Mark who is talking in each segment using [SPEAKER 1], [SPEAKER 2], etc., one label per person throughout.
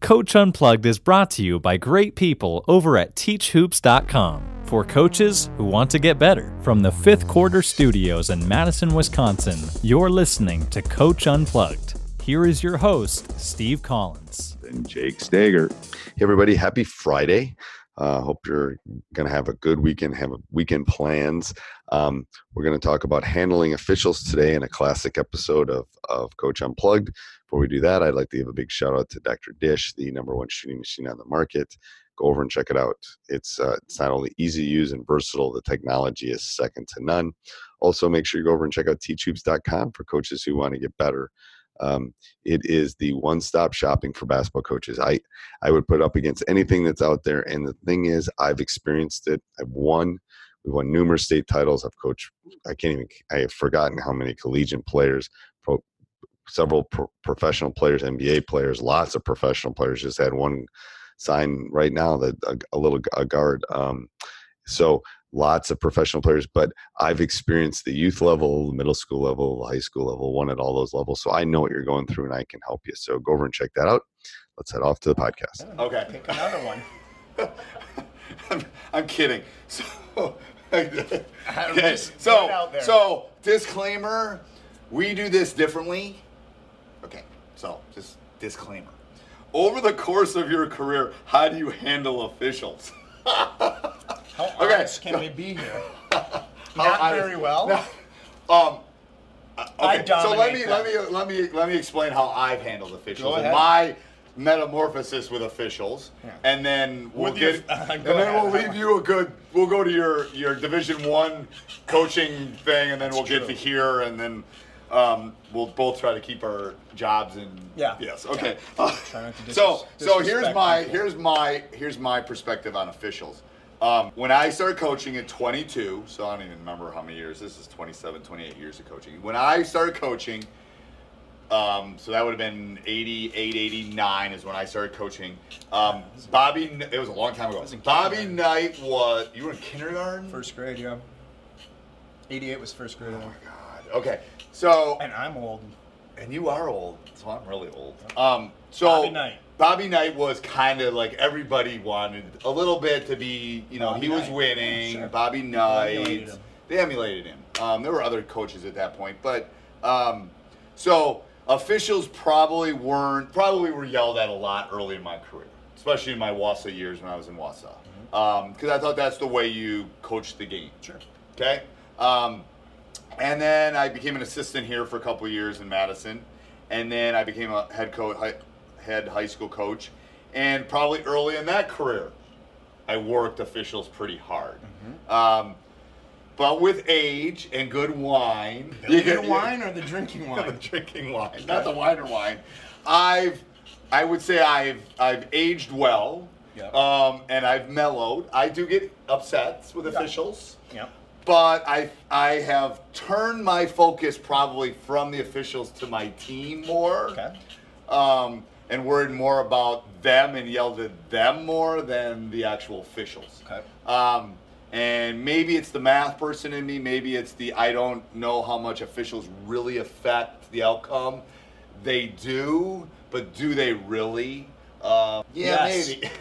[SPEAKER 1] Coach Unplugged is brought to you by great people over at teachhoops.com for coaches who want to get better. From the fifth quarter studios in Madison, Wisconsin, you're listening to Coach Unplugged. Here is your host, Steve Collins.
[SPEAKER 2] and Jake Stager.
[SPEAKER 3] Hey, everybody, happy Friday. Uh, hope you're going to have a good weekend, have a weekend plans. Um, we're going to talk about handling officials today in a classic episode of, of Coach Unplugged. Before we do that, I'd like to give a big shout out to Dr. Dish, the number one shooting machine on the market. Go over and check it out. It's, uh, it's not only easy to use and versatile, the technology is second to none. Also, make sure you go over and check out teachhoops.com for coaches who want to get better. Um, it is the one stop shopping for basketball coaches. I, I would put up against anything that's out there. And the thing is, I've experienced it. I've won. We've won numerous state titles. I've coached. I can't even. I have forgotten how many collegiate players, pro, several pro, professional players, NBA players, lots of professional players. Just had one sign right now that a, a little a guard. Um, so lots of professional players, but I've experienced the youth level, the middle school level, the high school level, one at all those levels. So I know what you're going through, and I can help you. So go over and check that out. Let's head off to the podcast.
[SPEAKER 2] Okay. Pick another one. I'm, I'm kidding. So, okay.
[SPEAKER 4] just put it
[SPEAKER 2] so,
[SPEAKER 4] out there.
[SPEAKER 2] so disclaimer: we do this differently. Okay. So, just disclaimer. Over the course of your career, how do you handle officials?
[SPEAKER 4] How
[SPEAKER 2] Okay.
[SPEAKER 4] honest can we be here?
[SPEAKER 2] How
[SPEAKER 4] Not
[SPEAKER 2] honest-
[SPEAKER 4] very well.
[SPEAKER 2] No. Um. uh,
[SPEAKER 4] I
[SPEAKER 2] Okay. So let
[SPEAKER 4] dominate
[SPEAKER 2] me
[SPEAKER 4] them.
[SPEAKER 2] let me let me let me explain how I've handled officials
[SPEAKER 4] Go
[SPEAKER 2] and
[SPEAKER 4] ahead.
[SPEAKER 2] my metamorphosis with officials,
[SPEAKER 4] Yeah.
[SPEAKER 2] and then we'll
[SPEAKER 4] With your-
[SPEAKER 2] get,
[SPEAKER 4] Go
[SPEAKER 2] and then we'll
[SPEAKER 4] ahead.
[SPEAKER 2] leave you a good. We'll go to your your Division One coaching thing, and then we'll get to
[SPEAKER 4] true.
[SPEAKER 2] here, and then um, we'll both try to keep our jobs and
[SPEAKER 4] Yeah.
[SPEAKER 2] Yes. Okay. Uh,
[SPEAKER 4] Try not to dis-
[SPEAKER 2] so so here's
[SPEAKER 4] disrespect
[SPEAKER 2] my
[SPEAKER 4] people.
[SPEAKER 2] here's my here's my perspective on officials. Um, when I started coaching at 22, so I don't even remember how many years. This is 27, 28 years of coaching. When I started coaching, um, so that would have been 88, 89 is when I started coaching. Um, Bobby, Kn- it was a long time ago.
[SPEAKER 4] was in
[SPEAKER 2] Bobby
[SPEAKER 4] kindergarten.
[SPEAKER 2] Knight was you were in kindergarten.
[SPEAKER 4] First grade, yeah. 88 was first grade.
[SPEAKER 2] Oh God. Okay. So
[SPEAKER 4] And I'm old.
[SPEAKER 2] And you are old, so I'm really old. Um, so
[SPEAKER 4] Bobby Knight.
[SPEAKER 2] Bobby Knight was kind of like everybody wanted a little bit to be, you know,
[SPEAKER 4] Bobby
[SPEAKER 2] he was
[SPEAKER 4] Knight,
[SPEAKER 2] winning.
[SPEAKER 4] sure.
[SPEAKER 2] Bobby
[SPEAKER 4] They
[SPEAKER 2] Knight.
[SPEAKER 4] emulated him.
[SPEAKER 2] They emulated him. Um, there were other coaches at that point, but um, so officials probably weren't probably were yelled at a lot early in my career, especially in my Wasa years when I was in Wasa, because I thought that's the way you coach the game.
[SPEAKER 4] Mm-hmm. Sure.
[SPEAKER 2] Okay. Um, and then I became an assistant here for a couple of years in Madison, and then I became a head coach, hi, head high school coach, and probably early in that career, I worked officials pretty hard. Um, but with age and good wine,
[SPEAKER 4] You get wine or the drinking
[SPEAKER 2] the
[SPEAKER 4] wine?
[SPEAKER 2] drinking wine, not the wine or wine. I've, I would say I've I've aged well,
[SPEAKER 4] Yep.
[SPEAKER 2] um, and I've mellowed. I do get upsets with officials
[SPEAKER 4] yep.
[SPEAKER 2] but I I have turned my focus probably from the officials to my team more.
[SPEAKER 4] Okay.
[SPEAKER 2] Um, and worried more about them and yelled at them more than the actual officials.
[SPEAKER 4] Okay.
[SPEAKER 2] Um, and maybe it's the math person in me. Maybe it's the I don't know how much officials really affect the outcome. They do, but do they really? Um yeah,
[SPEAKER 4] Yes.
[SPEAKER 2] maybe.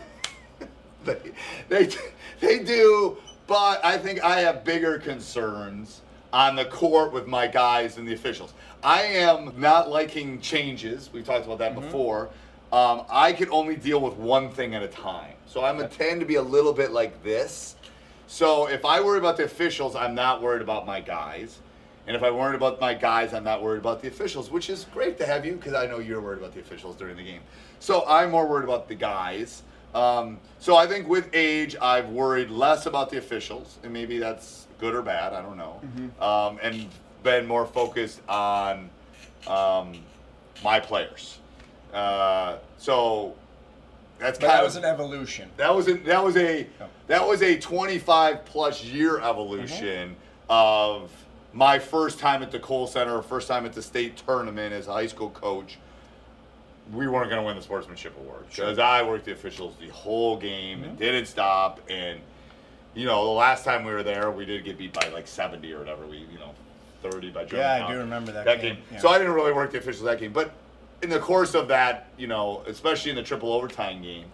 [SPEAKER 2] they, they they do, but I think I have bigger concerns on the court with my guys and the officials. I am not liking changes. We talked about that before. Um, I can only deal with one thing at a time, so I'm a tend to be a little bit like this. So if I worry about the officials, I'm not worried about my guys. And if I worried about my guys, I'm not worried about the officials, which is great to have you because I know you're worried about the officials during the game. So I'm more worried about the guys. Um, so I think with age, I've worried less about the officials, and maybe that's good or bad. I don't know.
[SPEAKER 4] Mm-hmm.
[SPEAKER 2] Um, and been more focused on um, my players. Uh, so that's
[SPEAKER 4] But
[SPEAKER 2] kind
[SPEAKER 4] that
[SPEAKER 2] of
[SPEAKER 4] was an evolution.
[SPEAKER 2] that was a that was a that was a 25 plus year evolution of my first time at the Cole Center, first time at the state tournament as a high school coach. We weren't going to win the sportsmanship award because I worked the officials the whole game
[SPEAKER 4] Mm-hmm.
[SPEAKER 2] and didn't stop. And you know, the last time we were there, we did get beat by like 70 or whatever. We you know, 30 by
[SPEAKER 4] Yeah, I
[SPEAKER 2] Germantown.
[SPEAKER 4] do remember that game. Yeah.
[SPEAKER 2] So I didn't really work the officials that game, but in the course of that, you know, especially in the triple overtime game,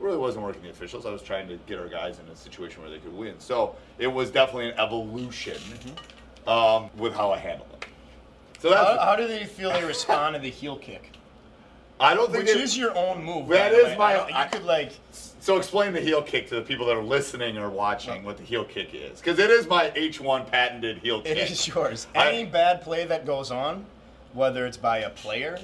[SPEAKER 2] I really wasn't working the officials. I was trying to get our guys in a situation where they could win. So it was definitely an evolution
[SPEAKER 4] Mm-hmm.
[SPEAKER 2] um, with how I handled it. So that's
[SPEAKER 4] How, how do they feel they respond to the heel kick?
[SPEAKER 2] I don't think
[SPEAKER 4] Which
[SPEAKER 2] it is
[SPEAKER 4] is your own move.
[SPEAKER 2] That
[SPEAKER 4] by the
[SPEAKER 2] is
[SPEAKER 4] way.
[SPEAKER 2] my-
[SPEAKER 4] I don't-
[SPEAKER 2] I-
[SPEAKER 4] You could like.
[SPEAKER 2] so explain the heel kick to the people that are listening or watching what the heel kick is because it is my H1 patented heel
[SPEAKER 4] It
[SPEAKER 2] kick.
[SPEAKER 4] is yours.
[SPEAKER 2] I-
[SPEAKER 4] Any bad play that goes on, whether it's by a player,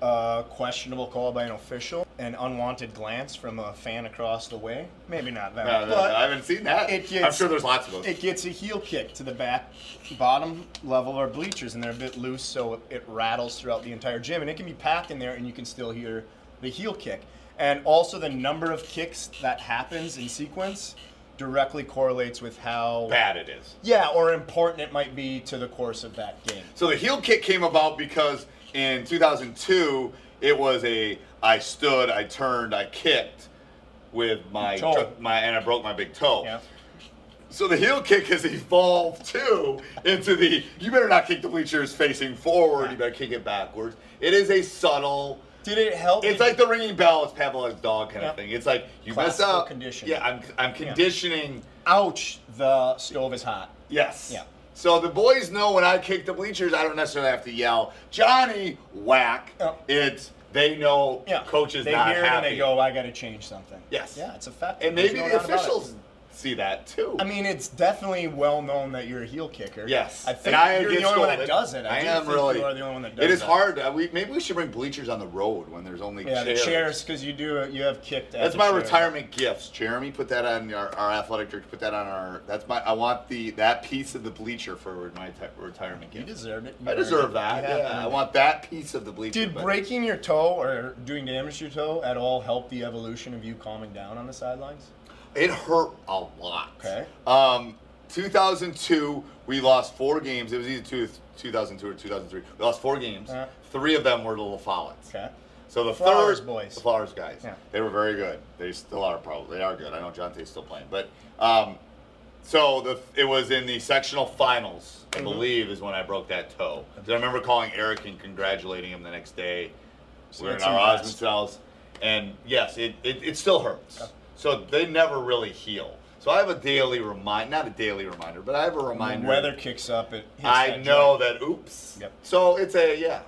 [SPEAKER 4] a questionable call by an official, an unwanted glance from a fan across the way. Maybe not that,
[SPEAKER 2] No, no, no,
[SPEAKER 4] but
[SPEAKER 2] I haven't seen that.
[SPEAKER 4] it
[SPEAKER 2] I'm
[SPEAKER 4] gets-
[SPEAKER 2] sure there's lots of those.
[SPEAKER 4] it gets a heel kick to the back bottom level of our bleachers, and they're a bit loose, so it rattles throughout the entire gym, and it can be packed in there, and you can still hear the heel kick. And also, the number of kicks that happens in sequence directly correlates with how
[SPEAKER 2] Bad it is.
[SPEAKER 4] yeah, or important it might be to the course of that game.
[SPEAKER 2] So the heel kick came about because in 2002 it was a I stood, I turned, I kicked with my
[SPEAKER 4] Toe.
[SPEAKER 2] my and I broke my big toe.
[SPEAKER 4] Yeah.
[SPEAKER 2] So the heel kick has evolved too into the you better not kick the bleachers facing forward, you better kick it backwards. It is a subtle
[SPEAKER 4] Did it help?
[SPEAKER 2] it's like the ringing bell, it's Pavlov's dog kind
[SPEAKER 4] Yep.
[SPEAKER 2] of thing. It's like you mess
[SPEAKER 4] Classical
[SPEAKER 2] up.
[SPEAKER 4] conditioning.
[SPEAKER 2] Yeah, I'm I'm conditioning
[SPEAKER 4] ouch, the stove is hot.
[SPEAKER 2] Yes.
[SPEAKER 4] Yeah.
[SPEAKER 2] So the boys know when I kick the bleachers, I don't necessarily have to yell, Johnny, whack.
[SPEAKER 4] Oh.
[SPEAKER 2] It's they know
[SPEAKER 4] Yeah.
[SPEAKER 2] coach is
[SPEAKER 4] they
[SPEAKER 2] not
[SPEAKER 4] hear it
[SPEAKER 2] happy.
[SPEAKER 4] and they go, I got to change something.
[SPEAKER 2] Yes.
[SPEAKER 4] Yeah, it's effective.
[SPEAKER 2] and
[SPEAKER 4] There's
[SPEAKER 2] maybe
[SPEAKER 4] no
[SPEAKER 2] the
[SPEAKER 4] doubt about it.
[SPEAKER 2] officials see that too.
[SPEAKER 4] I mean, it's definitely well known that you're a heel kicker.
[SPEAKER 2] yes.
[SPEAKER 4] I think
[SPEAKER 2] and I
[SPEAKER 4] you're
[SPEAKER 2] get
[SPEAKER 4] the only one that
[SPEAKER 2] scolded.
[SPEAKER 4] does it. I, do
[SPEAKER 2] am
[SPEAKER 4] think
[SPEAKER 2] really.
[SPEAKER 4] You are the only one that does
[SPEAKER 2] it is
[SPEAKER 4] that.
[SPEAKER 2] hard. Uh, we maybe we should bring bleachers on the road when there's only
[SPEAKER 4] Yeah,
[SPEAKER 2] chairs.
[SPEAKER 4] the chairs because you do you have kicked. at
[SPEAKER 2] That's
[SPEAKER 4] the
[SPEAKER 2] my
[SPEAKER 4] chair.
[SPEAKER 2] retirement gifts, Jeremy. Put that on our, our athletic director. Put that on our. That's my. I want the that piece of the bleacher for my ti- retirement
[SPEAKER 4] You
[SPEAKER 2] gift.
[SPEAKER 4] deserved it. You
[SPEAKER 2] I
[SPEAKER 4] earned
[SPEAKER 2] deserve
[SPEAKER 4] it.
[SPEAKER 2] that.
[SPEAKER 4] You
[SPEAKER 2] Yeah,
[SPEAKER 4] have earned
[SPEAKER 2] I
[SPEAKER 4] it.
[SPEAKER 2] want that piece of the bleacher.
[SPEAKER 4] Did
[SPEAKER 2] but-
[SPEAKER 4] breaking your toe or doing damage to your toe at all help the evolution of you calming down on the sidelines?
[SPEAKER 2] It hurt a lot.
[SPEAKER 4] Okay.
[SPEAKER 2] Um, 2002, we lost four games. It was either two, 2002 or 2003. We lost four games.
[SPEAKER 4] Uh-huh.
[SPEAKER 2] Three of them were little Follets.
[SPEAKER 4] Okay.
[SPEAKER 2] So the
[SPEAKER 4] Flowers
[SPEAKER 2] third
[SPEAKER 4] boys.
[SPEAKER 2] the Flowers guys.
[SPEAKER 4] Yeah.
[SPEAKER 2] They were very good. They still are probably. They are good. I know Jonte's still playing, but um, so the it was in the sectional finals,
[SPEAKER 4] Mm-hmm.
[SPEAKER 2] I believe, is when I broke that toe. 'Cause I remember calling Eric and congratulating him the next day. we were in
[SPEAKER 4] it's
[SPEAKER 2] our
[SPEAKER 4] impressed.
[SPEAKER 2] Osmond cells, and yes, it, it, it still hurts. So they never really heal. So I have a daily remind, not a daily reminder, but I have a reminder.
[SPEAKER 4] Weather kicks up. It hits
[SPEAKER 2] I
[SPEAKER 4] that
[SPEAKER 2] know
[SPEAKER 4] joint.
[SPEAKER 2] that. Oops.
[SPEAKER 4] Yep.
[SPEAKER 2] So it's a yeah.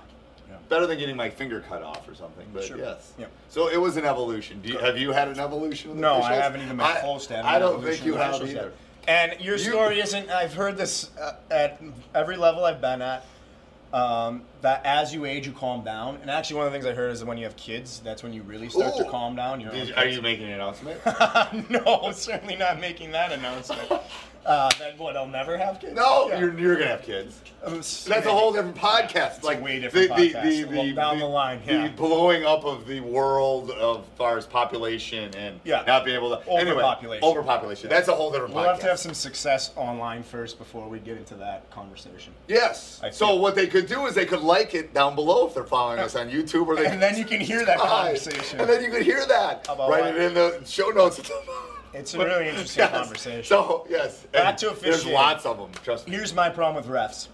[SPEAKER 4] Yeah.
[SPEAKER 2] Better than getting my finger cut off or something, but
[SPEAKER 4] Sure.
[SPEAKER 2] yes.
[SPEAKER 4] Yep.
[SPEAKER 2] So it was an evolution. Do you, have you had an evolution? With
[SPEAKER 4] No, I
[SPEAKER 2] officials?
[SPEAKER 4] haven't even been
[SPEAKER 2] I-
[SPEAKER 4] close to having
[SPEAKER 2] I
[SPEAKER 4] an
[SPEAKER 2] don't
[SPEAKER 4] evolution
[SPEAKER 2] think you
[SPEAKER 4] of
[SPEAKER 2] have
[SPEAKER 4] officials
[SPEAKER 2] either.
[SPEAKER 4] yet. And your
[SPEAKER 2] You-
[SPEAKER 4] story isn't. I've heard this uh, at every level I've been at. Um, that as you age, you calm down. And actually, one of the things I heard is that when you have kids, that's when you really start
[SPEAKER 2] Ooh.
[SPEAKER 4] to calm down. Your own
[SPEAKER 2] Did- are
[SPEAKER 4] kids.
[SPEAKER 2] you making an announcement?
[SPEAKER 4] no, certainly not making that announcement. uh, then what? I'll never have kids.
[SPEAKER 2] no,
[SPEAKER 4] Yeah.
[SPEAKER 2] you're, you're gonna have kids.
[SPEAKER 4] Um,
[SPEAKER 2] That's a whole different podcast.
[SPEAKER 4] It's a
[SPEAKER 2] like
[SPEAKER 4] way different
[SPEAKER 2] the, the,
[SPEAKER 4] podcast.
[SPEAKER 2] The,
[SPEAKER 4] Well,
[SPEAKER 2] the,
[SPEAKER 4] down the line, yeah.
[SPEAKER 2] the blowing up of the world of far as population and
[SPEAKER 4] Yeah.
[SPEAKER 2] not being able to anyway,
[SPEAKER 4] Overpopulation.
[SPEAKER 2] overpopulation. That's a whole different.
[SPEAKER 4] We'll
[SPEAKER 2] podcast.
[SPEAKER 4] have to have some success online first before we get into that conversation.
[SPEAKER 2] Yes.
[SPEAKER 4] I
[SPEAKER 2] So
[SPEAKER 4] feel-
[SPEAKER 2] what they could do is they could like it down below if they're following us on YouTube or they
[SPEAKER 4] And then you can hear that
[SPEAKER 2] Hi.
[SPEAKER 4] conversation.
[SPEAKER 2] And then you can hear that.
[SPEAKER 4] About
[SPEAKER 2] Write
[SPEAKER 4] what?
[SPEAKER 2] it in the show notes. at the bottom.
[SPEAKER 4] It's a really interesting
[SPEAKER 2] Yes.
[SPEAKER 4] conversation.
[SPEAKER 2] So yes,
[SPEAKER 4] Back
[SPEAKER 2] and
[SPEAKER 4] to
[SPEAKER 2] There's
[SPEAKER 4] officiating.
[SPEAKER 2] lots of them. Trust me.
[SPEAKER 4] Here's my problem with refs.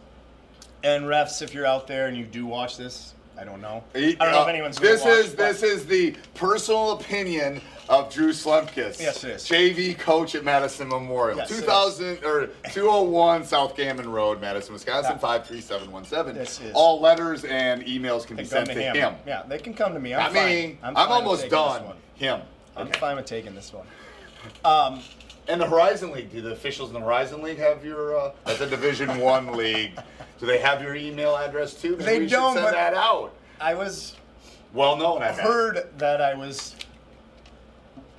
[SPEAKER 4] And refs, if you're out there and you do watch this, I don't know. I don't know if anyone's. gonna
[SPEAKER 2] uh, This
[SPEAKER 4] watch,
[SPEAKER 2] is
[SPEAKER 4] but-
[SPEAKER 2] this is the personal opinion of Drew Slempkis.
[SPEAKER 4] Yes, it is.
[SPEAKER 2] JV coach at Madison Memorial,
[SPEAKER 4] Yes, it is.
[SPEAKER 2] 2000 or 201 South Gammon Road, Madison, Wisconsin
[SPEAKER 4] Yeah.
[SPEAKER 2] 53717.
[SPEAKER 4] Yes, it is.
[SPEAKER 2] All letters and emails can
[SPEAKER 4] They
[SPEAKER 2] be
[SPEAKER 4] come
[SPEAKER 2] sent
[SPEAKER 4] to
[SPEAKER 2] to
[SPEAKER 4] him.
[SPEAKER 2] him.
[SPEAKER 4] Yeah, they can come to me. I'm
[SPEAKER 2] Not
[SPEAKER 4] fine.
[SPEAKER 2] me. I'm,
[SPEAKER 4] fine with
[SPEAKER 2] almost
[SPEAKER 4] taking this
[SPEAKER 2] done.
[SPEAKER 4] one.
[SPEAKER 2] Him.
[SPEAKER 4] I'm fine with taking this one.
[SPEAKER 2] And the Horizon League. Do the officials in the Horizon League have your? Uh, that's a Division One league. Do they have your email address too? Maybe
[SPEAKER 4] They
[SPEAKER 2] we should
[SPEAKER 4] don't,
[SPEAKER 2] Send
[SPEAKER 4] but-
[SPEAKER 2] that out.
[SPEAKER 4] I was
[SPEAKER 2] Well known. I heard.
[SPEAKER 4] heard that I was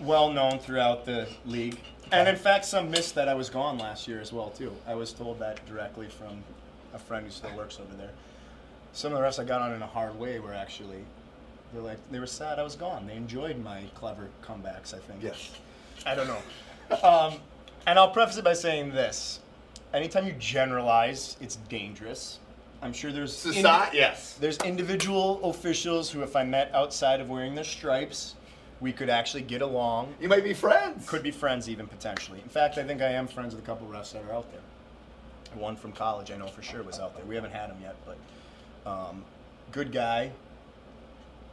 [SPEAKER 4] well known throughout the league, and in fact, some missed that I was gone last year as well too. I was told that directly from a friend who still works over there. Some of the refs I got on in a hard way were actually they're like they were sad I was gone. They enjoyed my clever comebacks. I think.
[SPEAKER 2] Yes.
[SPEAKER 4] I don't know. Um, and I'll preface it by saying this: anytime you generalize, it's dangerous. I'm sure there's
[SPEAKER 2] Society. Yes.
[SPEAKER 4] there's individual officials who, if I met outside of wearing their stripes, we could actually get along.
[SPEAKER 2] You might be friends.
[SPEAKER 4] Could be friends, even potentially. In fact, I think I am friends with a couple refs that are out there. One from college, I know for sure, was out there. We haven't had him yet, but um, good guy.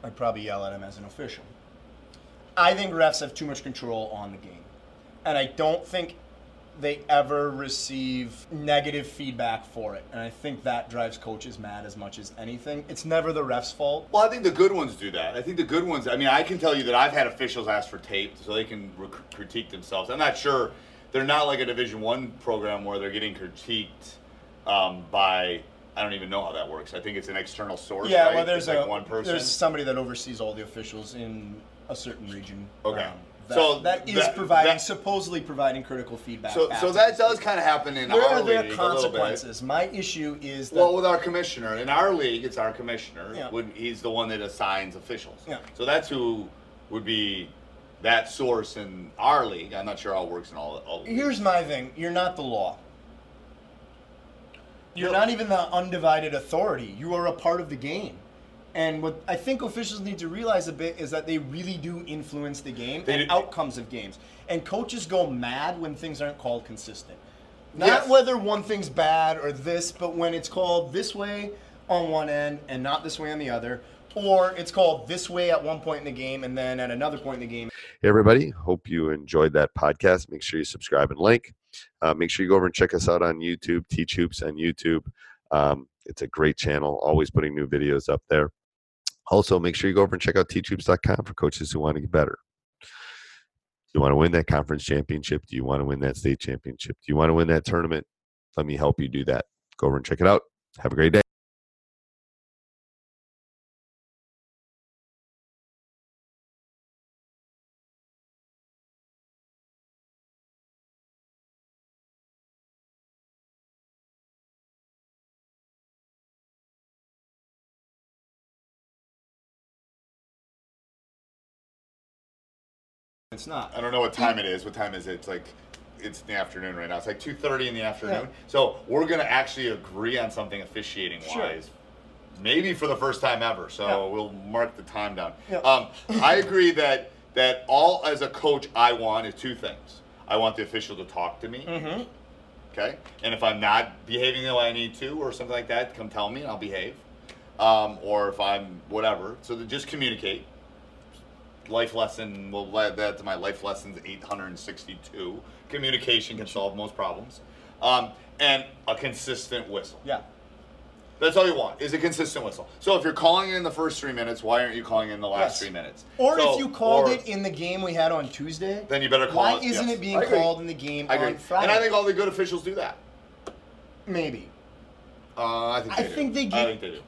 [SPEAKER 4] I'd probably yell at him as an official. I think refs have too much control on the game, and I don't think they ever receive negative feedback for it. And I think that drives coaches mad as much as anything. It's never the refs' fault.
[SPEAKER 2] Well, I think the good ones do that. I think the good ones. I mean, I can tell you that I've had officials ask for tape so they can re- critique themselves. I'm not sure they're not like a Division One program where they're getting critiqued um, by. I don't even know how that works. I think it's an external source.
[SPEAKER 4] yeah,
[SPEAKER 2] right?
[SPEAKER 4] well, there's
[SPEAKER 2] It's like
[SPEAKER 4] a
[SPEAKER 2] one person.
[SPEAKER 4] there's somebody that oversees all the officials in a certain region. Um,
[SPEAKER 2] Okay.
[SPEAKER 4] that,
[SPEAKER 2] So
[SPEAKER 4] that is
[SPEAKER 2] that-
[SPEAKER 4] providing
[SPEAKER 2] that-
[SPEAKER 4] supposedly providing critical feedback.
[SPEAKER 2] so, so
[SPEAKER 4] after.
[SPEAKER 2] that does kind of happen in
[SPEAKER 4] There
[SPEAKER 2] our
[SPEAKER 4] are
[SPEAKER 2] league
[SPEAKER 4] their
[SPEAKER 2] a little bit.
[SPEAKER 4] consequences. My issue is that
[SPEAKER 2] Well, with our commissioner in our league, it's our commissioner.
[SPEAKER 4] Yeah.
[SPEAKER 2] Would, he's the one that assigns officials.
[SPEAKER 4] Yeah.
[SPEAKER 2] So that's who would be that source in our league. I'm not sure how it works in all. all
[SPEAKER 4] Here's my thing. You're not the law. You're
[SPEAKER 2] No.
[SPEAKER 4] not even the undivided authority. You are a part of the game. And what I think officials need to realize a bit is that they really do influence the game
[SPEAKER 2] They
[SPEAKER 4] and
[SPEAKER 2] do-
[SPEAKER 4] outcomes of games. And coaches go mad when things aren't called consistent. Not
[SPEAKER 2] Yes.
[SPEAKER 4] whether one thing's bad or this, but when it's called this way on one end and not this way on the other, or it's called this way at one point in the game and then at another point in the game
[SPEAKER 3] Hey, everybody. Hope you enjoyed that podcast. Make sure you subscribe and like. Uh, make sure you go over and check us out on YouTube, Teach Hoops on YouTube. Um, it's a great channel, always putting new videos up there. Also, make sure you go over and check out teachhoops.com for coaches who want to get better. Do you want to win that conference championship? Do you want to win that state championship? Do you want to win that tournament? Let me help you do that. Go over and check it out. Have a great day.
[SPEAKER 4] it's not.
[SPEAKER 2] I don't know what time it is. What time is it? It's like it's in the afternoon right now. It's like two thirty in the afternoon. So we're gonna actually agree on something officiating
[SPEAKER 4] Sure.
[SPEAKER 2] wise. Maybe for the first time ever. So
[SPEAKER 4] Yeah.
[SPEAKER 2] we'll mark the time down.
[SPEAKER 4] Yeah.
[SPEAKER 2] Um, I agree that that all as a coach I want is two things. I want the official to talk to me.
[SPEAKER 4] Mm-hmm.
[SPEAKER 2] Okay. And if I'm not behaving the way I need to or something like that, come tell me and I'll behave. Um, or if I'm whatever. So to just communicate. Life lesson, we'll add that to my life lessons 862. Communication can solve most problems. Um, and a consistent whistle.
[SPEAKER 4] Yeah.
[SPEAKER 2] That's all you want is a consistent whistle. So if you're calling in the first three minutes, why aren't you calling in the last
[SPEAKER 4] Yes.
[SPEAKER 2] three minutes?
[SPEAKER 4] Or
[SPEAKER 2] So-
[SPEAKER 4] if you called
[SPEAKER 2] or-
[SPEAKER 4] it in the game we had on Tuesday,
[SPEAKER 2] Then you better call
[SPEAKER 4] Why
[SPEAKER 2] it,
[SPEAKER 4] isn't
[SPEAKER 2] yes.
[SPEAKER 4] it being
[SPEAKER 2] I agree.
[SPEAKER 4] called in the game
[SPEAKER 2] I agree.
[SPEAKER 4] on Friday?
[SPEAKER 2] And I think all the good officials do that.
[SPEAKER 4] maybe.
[SPEAKER 2] Uh, I think
[SPEAKER 4] I
[SPEAKER 2] they do.
[SPEAKER 4] think they
[SPEAKER 2] I
[SPEAKER 4] get-
[SPEAKER 2] think they do.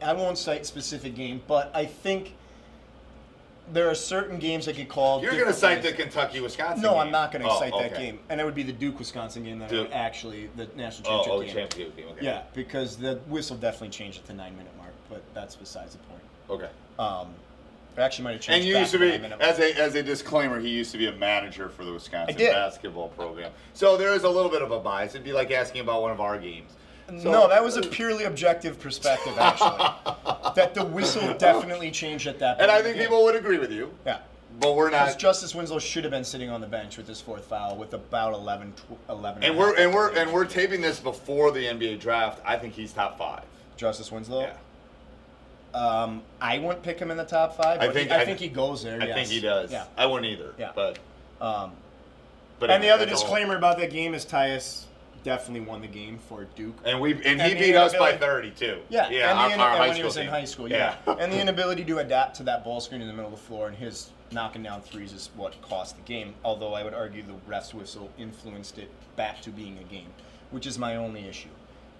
[SPEAKER 4] I won't cite specific game, but I think there are certain games that get called.
[SPEAKER 2] You're going to cite
[SPEAKER 4] different
[SPEAKER 2] the
[SPEAKER 4] ways.
[SPEAKER 2] Kentucky Wisconsin. Oh,
[SPEAKER 4] No, I'm not going to cite that game,
[SPEAKER 2] game.
[SPEAKER 4] and that would be the Duke Wisconsin game that I would
[SPEAKER 2] Duke.
[SPEAKER 4] actually the national
[SPEAKER 2] Oh,
[SPEAKER 4] championship
[SPEAKER 2] oh, the
[SPEAKER 4] game.
[SPEAKER 2] championship game. Okay.
[SPEAKER 4] Yeah, because the whistle definitely changed at the nine minute mark, but that's besides the point.
[SPEAKER 2] Okay.
[SPEAKER 4] Um, it actually might have changed.
[SPEAKER 2] And you
[SPEAKER 4] back
[SPEAKER 2] used to
[SPEAKER 4] the
[SPEAKER 2] be,
[SPEAKER 4] nine-minute mark.
[SPEAKER 2] as a as a disclaimer, he used to be a manager for the Wisconsin
[SPEAKER 4] I did.
[SPEAKER 2] basketball program. So there is a little bit of a bias. It'd be like asking about one of our games.
[SPEAKER 4] no, that was a purely objective perspective, actually. that the whistle definitely changed at that point.
[SPEAKER 2] And I think people would agree with you.
[SPEAKER 4] Yeah.
[SPEAKER 2] But we're
[SPEAKER 4] Because
[SPEAKER 2] not.
[SPEAKER 4] Justice Winslow should have been sitting on the bench with his fourth foul with about 11, tw- 11
[SPEAKER 2] and we're and we're and we're taping this before the NBA draft. I think he's top five.
[SPEAKER 4] Justice Winslow.
[SPEAKER 2] Yeah.
[SPEAKER 4] Um, I wouldn't pick him in the top five.
[SPEAKER 2] I
[SPEAKER 4] but he-
[SPEAKER 2] think-
[SPEAKER 4] I,
[SPEAKER 2] I-
[SPEAKER 4] think he goes there.
[SPEAKER 2] I
[SPEAKER 4] yes.
[SPEAKER 2] think he does.
[SPEAKER 4] Yeah.
[SPEAKER 2] I wouldn't either.
[SPEAKER 4] Yeah.
[SPEAKER 2] But
[SPEAKER 4] Um,
[SPEAKER 2] but
[SPEAKER 4] and the other
[SPEAKER 2] that's all.
[SPEAKER 4] disclaimer about that game is Tyus definitely won the game for Duke.
[SPEAKER 2] And we and,
[SPEAKER 4] And
[SPEAKER 2] he
[SPEAKER 4] the
[SPEAKER 2] beat us by
[SPEAKER 4] inability-
[SPEAKER 2] thirty two.
[SPEAKER 4] yeah,
[SPEAKER 2] Yeah.
[SPEAKER 4] and
[SPEAKER 2] our-
[SPEAKER 4] the, in-
[SPEAKER 2] our
[SPEAKER 4] and
[SPEAKER 2] high
[SPEAKER 4] when he
[SPEAKER 2] school
[SPEAKER 4] was in
[SPEAKER 2] team.
[SPEAKER 4] high school, yeah. and the inability to adapt to that ball screen in the middle of the floor and his knocking down threes is what cost the game. Although I would argue the ref's whistle influenced it back to being a game, which is my only issue.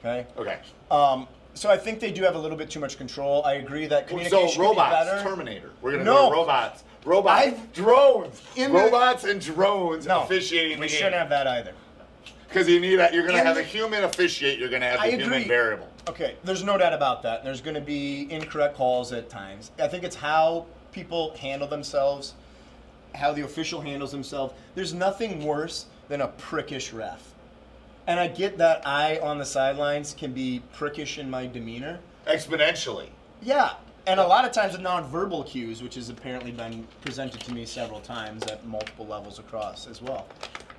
[SPEAKER 4] Okay.
[SPEAKER 2] Okay.
[SPEAKER 4] Um, so I think they do have a little bit too much control. I agree that communication
[SPEAKER 2] So
[SPEAKER 4] could be
[SPEAKER 2] robots,
[SPEAKER 4] better.
[SPEAKER 2] Terminator. We're gonna
[SPEAKER 4] No.
[SPEAKER 2] go robots, robots,
[SPEAKER 4] I've-
[SPEAKER 2] drones,
[SPEAKER 4] In the-
[SPEAKER 2] robots and drones
[SPEAKER 4] no,
[SPEAKER 2] officiating
[SPEAKER 4] we
[SPEAKER 2] the
[SPEAKER 4] shouldn't have that either.
[SPEAKER 2] Because you need that. You're gonna
[SPEAKER 4] In
[SPEAKER 2] have
[SPEAKER 4] the-
[SPEAKER 2] a human officiate. You're gonna have
[SPEAKER 4] I
[SPEAKER 2] the human
[SPEAKER 4] agree.
[SPEAKER 2] variable.
[SPEAKER 4] Okay, there's no doubt about that. There's going to be incorrect calls at times. I think it's how people handle themselves, how the official handles himself. There's nothing worse than a prickish ref. And I get that I on the sidelines can be prickish in my demeanor.
[SPEAKER 2] Exponentially.
[SPEAKER 4] Yeah, and a lot of times with nonverbal cues, which has apparently been presented to me several times at multiple levels across as well.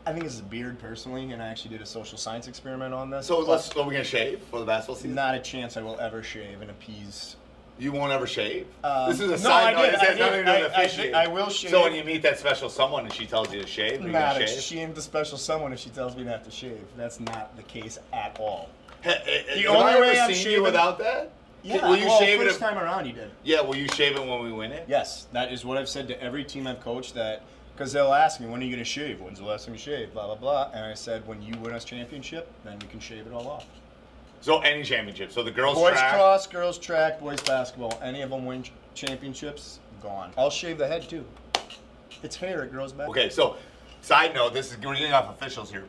[SPEAKER 4] I think this is a beard personally, and I actually did a social science experiment on this.
[SPEAKER 2] So let's. Are we gonna shave for the basketball season?
[SPEAKER 4] Not a chance I will ever shave and appease.
[SPEAKER 2] You won't ever shave.
[SPEAKER 4] Um,
[SPEAKER 2] this is a
[SPEAKER 4] no, I
[SPEAKER 2] side note.
[SPEAKER 4] did,
[SPEAKER 2] This
[SPEAKER 4] I
[SPEAKER 2] has
[SPEAKER 4] did,
[SPEAKER 2] nothing to do with
[SPEAKER 4] I- I did,
[SPEAKER 2] officiating.
[SPEAKER 4] I will
[SPEAKER 2] So
[SPEAKER 4] shave.
[SPEAKER 2] when you meet that special someone and she tells you to shave, are you
[SPEAKER 4] Not
[SPEAKER 2] gonna
[SPEAKER 4] a,
[SPEAKER 2] shave?
[SPEAKER 4] she ain't the special someone if she tells me not to shave. That's not the case at all.
[SPEAKER 2] Ha- ha-
[SPEAKER 4] The
[SPEAKER 2] have
[SPEAKER 4] only
[SPEAKER 2] I ever
[SPEAKER 4] way I'm
[SPEAKER 2] seen
[SPEAKER 4] shaving-
[SPEAKER 2] you without that?
[SPEAKER 4] Yeah,
[SPEAKER 2] Will you
[SPEAKER 4] well,
[SPEAKER 2] shave
[SPEAKER 4] first
[SPEAKER 2] it? If,
[SPEAKER 4] time around you did.
[SPEAKER 2] yeah. Will you shave it when we win it?
[SPEAKER 4] Yes, that is what I've said to every team I've coached that because they'll ask me, when are you going to shave? When's the last time you shaved? Blah, blah, blah. And I said, when you win us championship, then we can shave it all off.
[SPEAKER 2] So any championship. So the girls
[SPEAKER 4] Boys
[SPEAKER 2] track.
[SPEAKER 4] cross, girls track, boys basketball, any of them win ch- championships, gone. I'll shave the head too. It's hair, it grows back.
[SPEAKER 2] Okay. So side note. This is we're getting off officials here.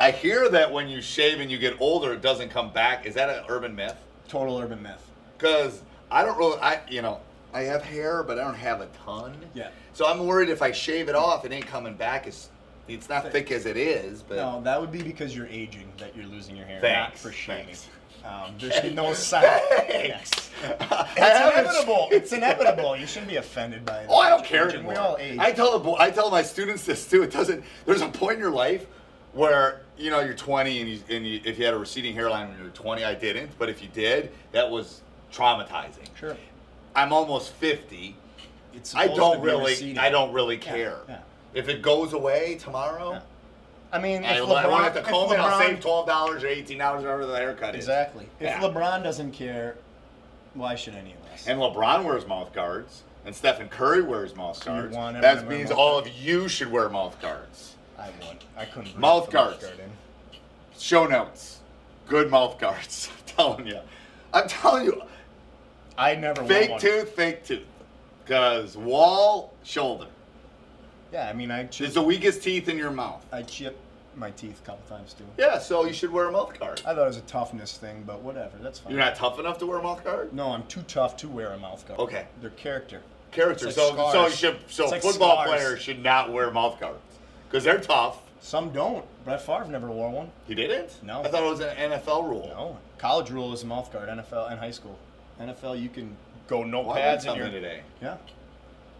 [SPEAKER 2] I hear that when you shave and you get older, it doesn't come back. Is that an urban myth?
[SPEAKER 4] Total urban myth.
[SPEAKER 2] Because I don't really. I you know. I have hair, but I don't have a ton.
[SPEAKER 4] Yeah.
[SPEAKER 2] So I'm worried if I shave it off, it ain't coming back. It's it's not thick as it is, but
[SPEAKER 4] No, that would be because you're aging that you're losing your hair,
[SPEAKER 2] Thanks,
[SPEAKER 4] not for shaving.
[SPEAKER 2] thanks.
[SPEAKER 4] Um, there's no sign. Yes.
[SPEAKER 2] I
[SPEAKER 4] It's
[SPEAKER 2] haven't-
[SPEAKER 4] inevitable. It's inevitable. You shouldn't be offended by it.
[SPEAKER 2] Oh, I don't care
[SPEAKER 4] Aging.
[SPEAKER 2] anymore.
[SPEAKER 4] We all age.
[SPEAKER 2] I tell the bo- I tell my students this too. It doesn't. There's a point in your life where you know you're 20 and you, and you, if you had a receding hairline when you were 20, I didn't. But if you did, that was traumatizing.
[SPEAKER 4] Sure.
[SPEAKER 2] I'm almost 50.
[SPEAKER 4] It's
[SPEAKER 2] I
[SPEAKER 4] supposed to
[SPEAKER 2] don't
[SPEAKER 4] be
[SPEAKER 2] really.
[SPEAKER 4] receding.
[SPEAKER 2] I don't really care.
[SPEAKER 4] yeah.
[SPEAKER 2] If it goes away tomorrow,
[SPEAKER 4] Yeah. I mean,
[SPEAKER 2] I,
[SPEAKER 4] if
[SPEAKER 2] I
[SPEAKER 4] LeBron-
[SPEAKER 2] won't have to
[SPEAKER 4] if
[SPEAKER 2] comb it. I'll
[SPEAKER 4] LeBron-
[SPEAKER 2] save twelve dollars or eighteen dollars, whatever the haircut is.
[SPEAKER 4] Exactly. If
[SPEAKER 2] Yeah.
[SPEAKER 4] LeBron doesn't care, why should any of us?
[SPEAKER 2] And LeBron wears mouth guards, and Stephen Curry wears mouth
[SPEAKER 4] you
[SPEAKER 2] guards.
[SPEAKER 4] want
[SPEAKER 2] That
[SPEAKER 4] everyone to wear
[SPEAKER 2] means
[SPEAKER 4] mouth
[SPEAKER 2] all of you should wear mouth guards.
[SPEAKER 4] I would. I couldn't. breathe
[SPEAKER 2] Mouth
[SPEAKER 4] with the
[SPEAKER 2] guards. Show notes. Good mouth guards. I'm telling you. I'm telling you.
[SPEAKER 4] I never wore
[SPEAKER 2] Fake
[SPEAKER 4] one.
[SPEAKER 2] tooth, fake tooth. Because wall, shoulder.
[SPEAKER 4] Yeah, I mean, I
[SPEAKER 2] It's
[SPEAKER 4] chip,
[SPEAKER 2] the weakest teeth in your mouth.
[SPEAKER 4] I chip my teeth a couple times too.
[SPEAKER 2] Yeah, so you should wear a mouth guard.
[SPEAKER 4] I thought it was a toughness thing, but whatever. That's fine.
[SPEAKER 2] You're not tough enough to wear a mouth guard?
[SPEAKER 4] No, I'm too tough to wear a mouth guard.
[SPEAKER 2] Okay.
[SPEAKER 4] They're character.
[SPEAKER 2] Character.
[SPEAKER 4] It's like
[SPEAKER 2] so so
[SPEAKER 4] scars.
[SPEAKER 2] you should so
[SPEAKER 4] It's like
[SPEAKER 2] football
[SPEAKER 4] scars.
[SPEAKER 2] players should not wear mouth guards. Because they're tough.
[SPEAKER 4] Some don't. Brett Favre never wore one.
[SPEAKER 2] He didn't?
[SPEAKER 4] No.
[SPEAKER 2] I thought it was an NFL rule.
[SPEAKER 4] No. College rule is a mouth guard. NFL and high school. NFL, you can go no
[SPEAKER 2] Why
[SPEAKER 4] pads in
[SPEAKER 2] something
[SPEAKER 4] your.
[SPEAKER 2] today?
[SPEAKER 4] Yeah.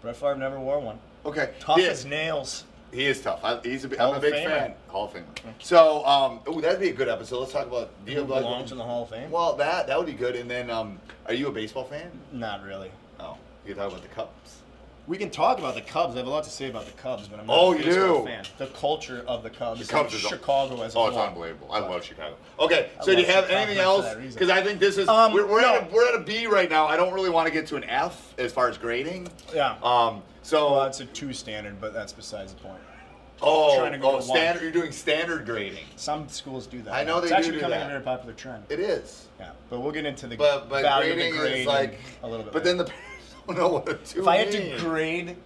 [SPEAKER 4] Brett Favre never wore one.
[SPEAKER 2] Okay.
[SPEAKER 4] Tough
[SPEAKER 2] Yeah.
[SPEAKER 4] as nails.
[SPEAKER 2] He is tough. I, he's a, bi-
[SPEAKER 4] Hall
[SPEAKER 2] I'm a
[SPEAKER 4] of
[SPEAKER 2] big
[SPEAKER 4] Famer.
[SPEAKER 2] fan. Hall of Famer. So, um, ooh, that'd be a good episode. Let's talk about do you
[SPEAKER 4] Who
[SPEAKER 2] like-
[SPEAKER 4] belongs in the Hall of Fame?
[SPEAKER 2] Well, that that would be good. And then, um, are you a baseball fan?
[SPEAKER 4] Not really.
[SPEAKER 2] Oh, you can talk about the Cubs.
[SPEAKER 4] We can talk about the Cubs. I have a lot to say about the Cubs, but I'm not
[SPEAKER 2] Oh,
[SPEAKER 4] a
[SPEAKER 2] you
[SPEAKER 4] baseball
[SPEAKER 2] do?
[SPEAKER 4] fan. The culture of the Cubs,
[SPEAKER 2] The Cubs
[SPEAKER 4] and
[SPEAKER 2] is-
[SPEAKER 4] Chicago as a
[SPEAKER 2] Oh, it's
[SPEAKER 4] whole.
[SPEAKER 2] unbelievable. I love Chicago. Okay, so do
[SPEAKER 4] love
[SPEAKER 2] you have
[SPEAKER 4] Chicago
[SPEAKER 2] anything
[SPEAKER 4] for
[SPEAKER 2] else?
[SPEAKER 4] that reason.
[SPEAKER 2] Because I think this is
[SPEAKER 4] Um,
[SPEAKER 2] we're, we're,
[SPEAKER 4] no.
[SPEAKER 2] at a, we're at a B right now. I don't really want to get to an F as far as grading.
[SPEAKER 4] Yeah.
[SPEAKER 2] Um. So
[SPEAKER 4] well, it's a two standard, but that's besides the point.
[SPEAKER 2] oh,
[SPEAKER 4] trying to go
[SPEAKER 2] oh,
[SPEAKER 4] to one.
[SPEAKER 2] standard. You're doing standard grading.
[SPEAKER 4] Some schools do that.
[SPEAKER 2] I know
[SPEAKER 4] now.
[SPEAKER 2] they
[SPEAKER 4] it's
[SPEAKER 2] do
[SPEAKER 4] actually
[SPEAKER 2] do
[SPEAKER 4] becoming
[SPEAKER 2] that.
[SPEAKER 4] a very popular trend.
[SPEAKER 2] It is.
[SPEAKER 4] yeah, but we'll get into the
[SPEAKER 2] But but
[SPEAKER 4] value of the
[SPEAKER 2] grading
[SPEAKER 4] grade
[SPEAKER 2] is like
[SPEAKER 4] a little bit.
[SPEAKER 2] But then
[SPEAKER 4] later.
[SPEAKER 2] the parents don't know what to do.
[SPEAKER 4] If I had to grade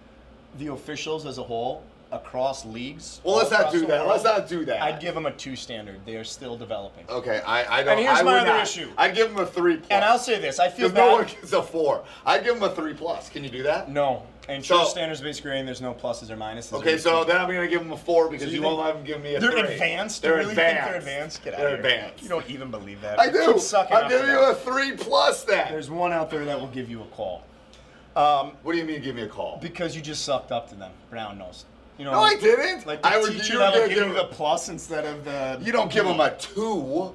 [SPEAKER 4] the officials as a whole across leagues,
[SPEAKER 2] Well, let's not
[SPEAKER 4] all across
[SPEAKER 2] do
[SPEAKER 4] the
[SPEAKER 2] that.
[SPEAKER 4] world,
[SPEAKER 2] Let's not do that.
[SPEAKER 4] I'd give them a two standard. They are still developing.
[SPEAKER 2] Okay, I, I don't.
[SPEAKER 4] And here's
[SPEAKER 2] I
[SPEAKER 4] my
[SPEAKER 2] would
[SPEAKER 4] other
[SPEAKER 2] not.
[SPEAKER 4] issue.
[SPEAKER 2] I'd give him a three plus.
[SPEAKER 4] And I'll say this: I feel
[SPEAKER 2] because
[SPEAKER 4] bad.
[SPEAKER 2] no one gets a four. I'd give him a three plus. Can you do that?
[SPEAKER 4] No, And
[SPEAKER 2] So-
[SPEAKER 4] so, standards basic grading, there's no pluses or minuses. or
[SPEAKER 2] Okay, so
[SPEAKER 4] anything.
[SPEAKER 2] then I'm gonna give them a four because
[SPEAKER 4] So
[SPEAKER 2] you
[SPEAKER 4] you
[SPEAKER 2] won't
[SPEAKER 4] think-
[SPEAKER 2] let them give me a
[SPEAKER 4] they're
[SPEAKER 2] three.
[SPEAKER 4] advanced.
[SPEAKER 2] They're
[SPEAKER 4] you really
[SPEAKER 2] advanced.
[SPEAKER 4] Think they're advanced. Get out
[SPEAKER 2] They're
[SPEAKER 4] of here.
[SPEAKER 2] advanced.
[SPEAKER 4] You don't even believe that.
[SPEAKER 2] I do.
[SPEAKER 4] Keep sucking
[SPEAKER 2] I'm
[SPEAKER 4] after
[SPEAKER 2] giving
[SPEAKER 4] that.
[SPEAKER 2] you a three plus that.
[SPEAKER 4] There's one out there that will give you a call
[SPEAKER 2] what do you mean give me a call?
[SPEAKER 4] because you just sucked up to them, brown nose. You know,
[SPEAKER 2] No, I didn't.
[SPEAKER 4] Like the
[SPEAKER 2] I was-
[SPEAKER 4] teacher
[SPEAKER 2] you
[SPEAKER 4] that will
[SPEAKER 2] didn't
[SPEAKER 4] give you
[SPEAKER 2] give-
[SPEAKER 4] the plus instead of the.
[SPEAKER 2] you don't give them a two.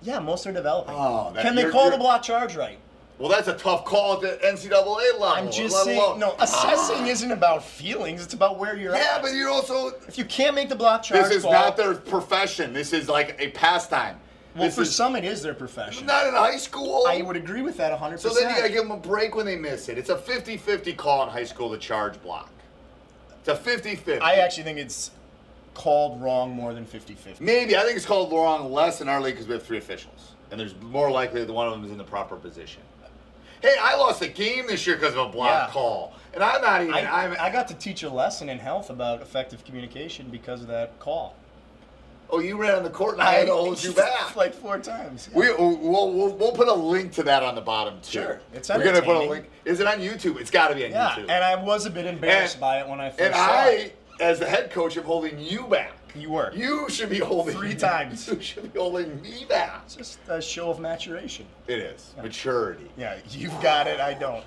[SPEAKER 4] Yeah, most are developing.
[SPEAKER 2] Oh, that-
[SPEAKER 4] Can they
[SPEAKER 2] you're-
[SPEAKER 4] call the
[SPEAKER 2] you're-
[SPEAKER 4] block charge right?
[SPEAKER 2] Well, that's a tough call at the NCAA level.
[SPEAKER 4] I'm just
[SPEAKER 2] let
[SPEAKER 4] saying.
[SPEAKER 2] alone-
[SPEAKER 4] No, assessing isn't about feelings. It's about where you're
[SPEAKER 2] ah. Yeah,
[SPEAKER 4] at.
[SPEAKER 2] but you also.
[SPEAKER 4] if you can't make the block charge,
[SPEAKER 2] This is
[SPEAKER 4] call-
[SPEAKER 2] not their profession. This is like a pastime.
[SPEAKER 4] Well,
[SPEAKER 2] this
[SPEAKER 4] for
[SPEAKER 2] is
[SPEAKER 4] some, it is their profession.
[SPEAKER 2] not in high school.
[SPEAKER 4] I would agree with that 100%.
[SPEAKER 2] So then you gotta give them a break when they miss it. It's a 50-50 call in high school to charge block. It's a 50-50.
[SPEAKER 4] I uh, actually think it's called wrong more than 50 50.
[SPEAKER 2] Maybe I think it's called wrong less in our league because we have three officials, and there's more likely that one of them is in the proper position. Hey, I lost a game this year because of a block
[SPEAKER 4] Yeah.
[SPEAKER 2] call, and I'm not even.
[SPEAKER 4] I,
[SPEAKER 2] I, am
[SPEAKER 4] I got to teach a lesson in health about effective communication because of that call.
[SPEAKER 2] oh, you ran on the court, and I, had to hold you back.
[SPEAKER 4] like four times. yeah.
[SPEAKER 2] we we'll, we'll, we'll put a link to that on the bottom too.
[SPEAKER 4] Sure, it's
[SPEAKER 2] We're gonna put a
[SPEAKER 4] entertaining.
[SPEAKER 2] link. Is it on YouTube? It's got to be on
[SPEAKER 4] yeah,
[SPEAKER 2] YouTube.
[SPEAKER 4] and I was a bit embarrassed
[SPEAKER 2] And-
[SPEAKER 4] by it when I first
[SPEAKER 2] And
[SPEAKER 4] saw
[SPEAKER 2] I,
[SPEAKER 4] it.
[SPEAKER 2] as the head coach, am holding you back.
[SPEAKER 4] You were.
[SPEAKER 2] You should be holding
[SPEAKER 4] Three times.
[SPEAKER 2] You should be holding me back.
[SPEAKER 4] It's just a show of maturation.
[SPEAKER 2] It is maturity.
[SPEAKER 4] Yeah, you've got it. I don't.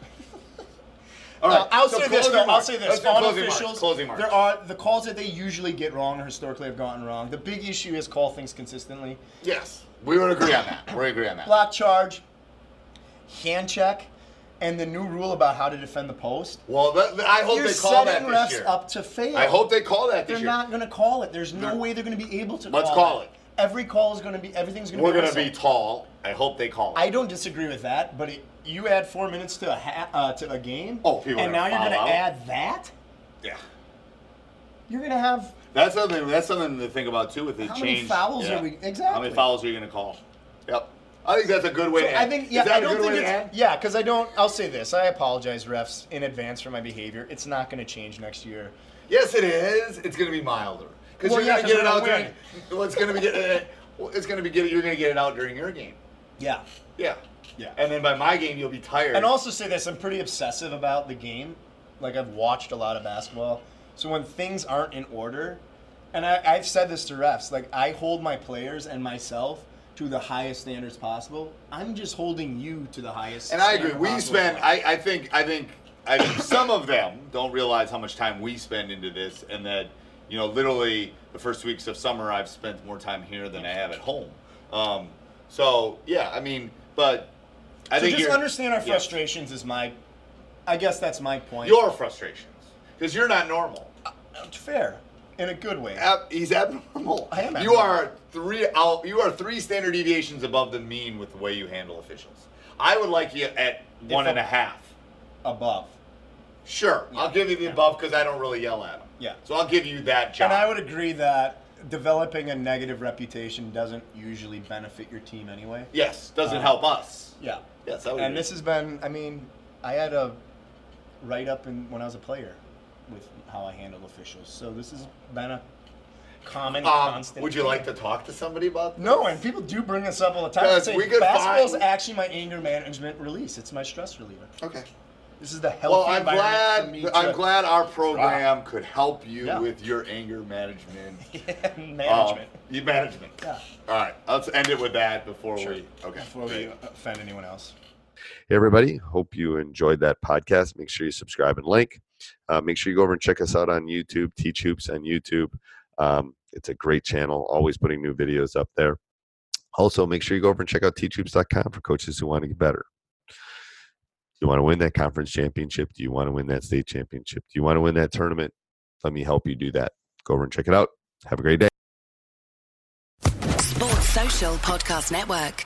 [SPEAKER 2] All right.
[SPEAKER 4] Uh, I'll,
[SPEAKER 2] so
[SPEAKER 4] say this,
[SPEAKER 2] closing
[SPEAKER 4] though, I'll
[SPEAKER 2] remarks.
[SPEAKER 4] say
[SPEAKER 2] Let's
[SPEAKER 4] this.
[SPEAKER 2] do
[SPEAKER 4] Fawn
[SPEAKER 2] closing
[SPEAKER 4] officials,
[SPEAKER 2] Marks, closing marks.
[SPEAKER 4] there are the calls that they usually get wrong or historically have gotten wrong. The big issue is call things consistently.
[SPEAKER 2] Yes, we would agree on that. We agree on that.
[SPEAKER 4] block charge, hand check, and the new rule about how to defend the post.
[SPEAKER 2] Well, that, I hope
[SPEAKER 4] You're
[SPEAKER 2] they call that
[SPEAKER 4] setting
[SPEAKER 2] this
[SPEAKER 4] refs
[SPEAKER 2] year.
[SPEAKER 4] up to fail.
[SPEAKER 2] I hope they call that this
[SPEAKER 4] they're
[SPEAKER 2] year.
[SPEAKER 4] not going to call it. There's no
[SPEAKER 2] They're-
[SPEAKER 4] way they're going to be able to.
[SPEAKER 2] Let's
[SPEAKER 4] call,
[SPEAKER 2] call it.
[SPEAKER 4] Every call is going to be. Everything's going to
[SPEAKER 2] We're
[SPEAKER 4] be.
[SPEAKER 2] gonna be
[SPEAKER 4] whistled.
[SPEAKER 2] tall. I hope they call. it.
[SPEAKER 4] I don't disagree with that, but it, you add four minutes to a ha- uh, to a game,
[SPEAKER 2] Oh, people are
[SPEAKER 4] and now
[SPEAKER 2] gonna
[SPEAKER 4] you're
[SPEAKER 2] foul
[SPEAKER 4] gonna
[SPEAKER 2] out.
[SPEAKER 4] add that.
[SPEAKER 2] Yeah,
[SPEAKER 4] You're going to have
[SPEAKER 2] that's something. That's something to think about too with the
[SPEAKER 4] How many
[SPEAKER 2] change.
[SPEAKER 4] fouls are we-
[SPEAKER 2] How
[SPEAKER 4] exactly.
[SPEAKER 2] many fouls are you gonna call? Yep. I think that's a good way.
[SPEAKER 4] So
[SPEAKER 2] to
[SPEAKER 4] I
[SPEAKER 2] end.
[SPEAKER 4] think
[SPEAKER 2] Is
[SPEAKER 4] yeah,
[SPEAKER 2] that
[SPEAKER 4] I
[SPEAKER 2] a
[SPEAKER 4] don't
[SPEAKER 2] good
[SPEAKER 4] think
[SPEAKER 2] way to
[SPEAKER 4] it's
[SPEAKER 2] end?
[SPEAKER 4] yeah, because I don't. I'll say this. I apologize, refs, in advance for my behavior. It's not going to change next year.
[SPEAKER 2] Yes, it is. It's gonna be milder because
[SPEAKER 4] Well,
[SPEAKER 2] you're
[SPEAKER 4] yeah,
[SPEAKER 2] gonna
[SPEAKER 4] 'cause
[SPEAKER 2] get
[SPEAKER 4] we're
[SPEAKER 2] it out
[SPEAKER 4] gonna
[SPEAKER 2] during. Well, it's gonna be. get- uh, well, It's gonna be. get- You're gonna get it out during your game.
[SPEAKER 4] Yeah.
[SPEAKER 2] Yeah.
[SPEAKER 4] Yeah.
[SPEAKER 2] And then by my game, you'll be tired.
[SPEAKER 4] And also say this. I'm pretty obsessive about the game. Like I've watched a lot of basketball, so when things aren't in order, and I, I've said this to refs, like I hold my players and myself to the highest standards possible. I'm just holding you to the highest.
[SPEAKER 2] And I agree.
[SPEAKER 4] standard
[SPEAKER 2] We
[SPEAKER 4] possible.
[SPEAKER 2] spend. I, I think. I think. I think some of them don't realize how much time we spend into this, and that you know, literally, the first weeks of summer, I've spent more time here than I have at home. Um, so yeah, I mean, but I
[SPEAKER 4] so
[SPEAKER 2] think
[SPEAKER 4] just
[SPEAKER 2] you're-
[SPEAKER 4] understand our
[SPEAKER 2] yeah.
[SPEAKER 4] frustrations is my. I guess that's my point.
[SPEAKER 2] Your frustrations, because you're not normal.
[SPEAKER 4] fair in a good way.
[SPEAKER 2] Ab- he's abnormal.
[SPEAKER 4] I am
[SPEAKER 2] You
[SPEAKER 4] abnormal.
[SPEAKER 2] are three out. You are three standard deviations above the mean with the way you handle officials. I would like you at one
[SPEAKER 4] a-
[SPEAKER 2] and a half.
[SPEAKER 4] above.
[SPEAKER 2] Sure, I'll give you the above because I don't really yell at them.
[SPEAKER 4] Yeah.
[SPEAKER 2] So I'll give you that job.
[SPEAKER 4] And I would agree that developing a negative reputation doesn't usually benefit your team anyway.
[SPEAKER 2] Yes,
[SPEAKER 4] Uh,
[SPEAKER 2] doesn't help us.
[SPEAKER 4] Yeah.
[SPEAKER 2] Yes, I would.
[SPEAKER 4] And this has been, I mean, I had a write up in when I was a player with how I handled officials. So this has been a common
[SPEAKER 2] Um,
[SPEAKER 4] constant.
[SPEAKER 2] would you like to talk to somebody about? This?
[SPEAKER 4] No, and people do bring this up all the time. I
[SPEAKER 2] Because
[SPEAKER 4] say,
[SPEAKER 2] we could
[SPEAKER 4] basketball's
[SPEAKER 2] find-
[SPEAKER 4] actually my anger management release. It's my stress reliever.
[SPEAKER 2] Okay.
[SPEAKER 4] This is the healthy
[SPEAKER 2] Well, I'm
[SPEAKER 4] environment for
[SPEAKER 2] glad.
[SPEAKER 4] me to
[SPEAKER 2] I'm glad our program could help you
[SPEAKER 4] Yeah.
[SPEAKER 2] with your anger management.
[SPEAKER 4] management.
[SPEAKER 2] Um, you- management.
[SPEAKER 4] Yeah.
[SPEAKER 2] All right. Let's end it with that before
[SPEAKER 4] Sure.
[SPEAKER 2] we. Okay.
[SPEAKER 4] Before we offend anyone else.
[SPEAKER 3] Hey, everybody. Hope you enjoyed that podcast. Make sure you subscribe and like. Uh, make sure you go over and check us out on YouTube, Teach Hoops on YouTube. Um, it's a great channel, always putting new videos up there. Also, make sure you go over and check out teachhoops.com for coaches who want to get better. Do you want to win that conference championship? Do you want to win that state championship? Do you want to win that tournament? Let me help you do that. Go over and check it out. Have a great day.
[SPEAKER 5] Sports Social Podcast Network.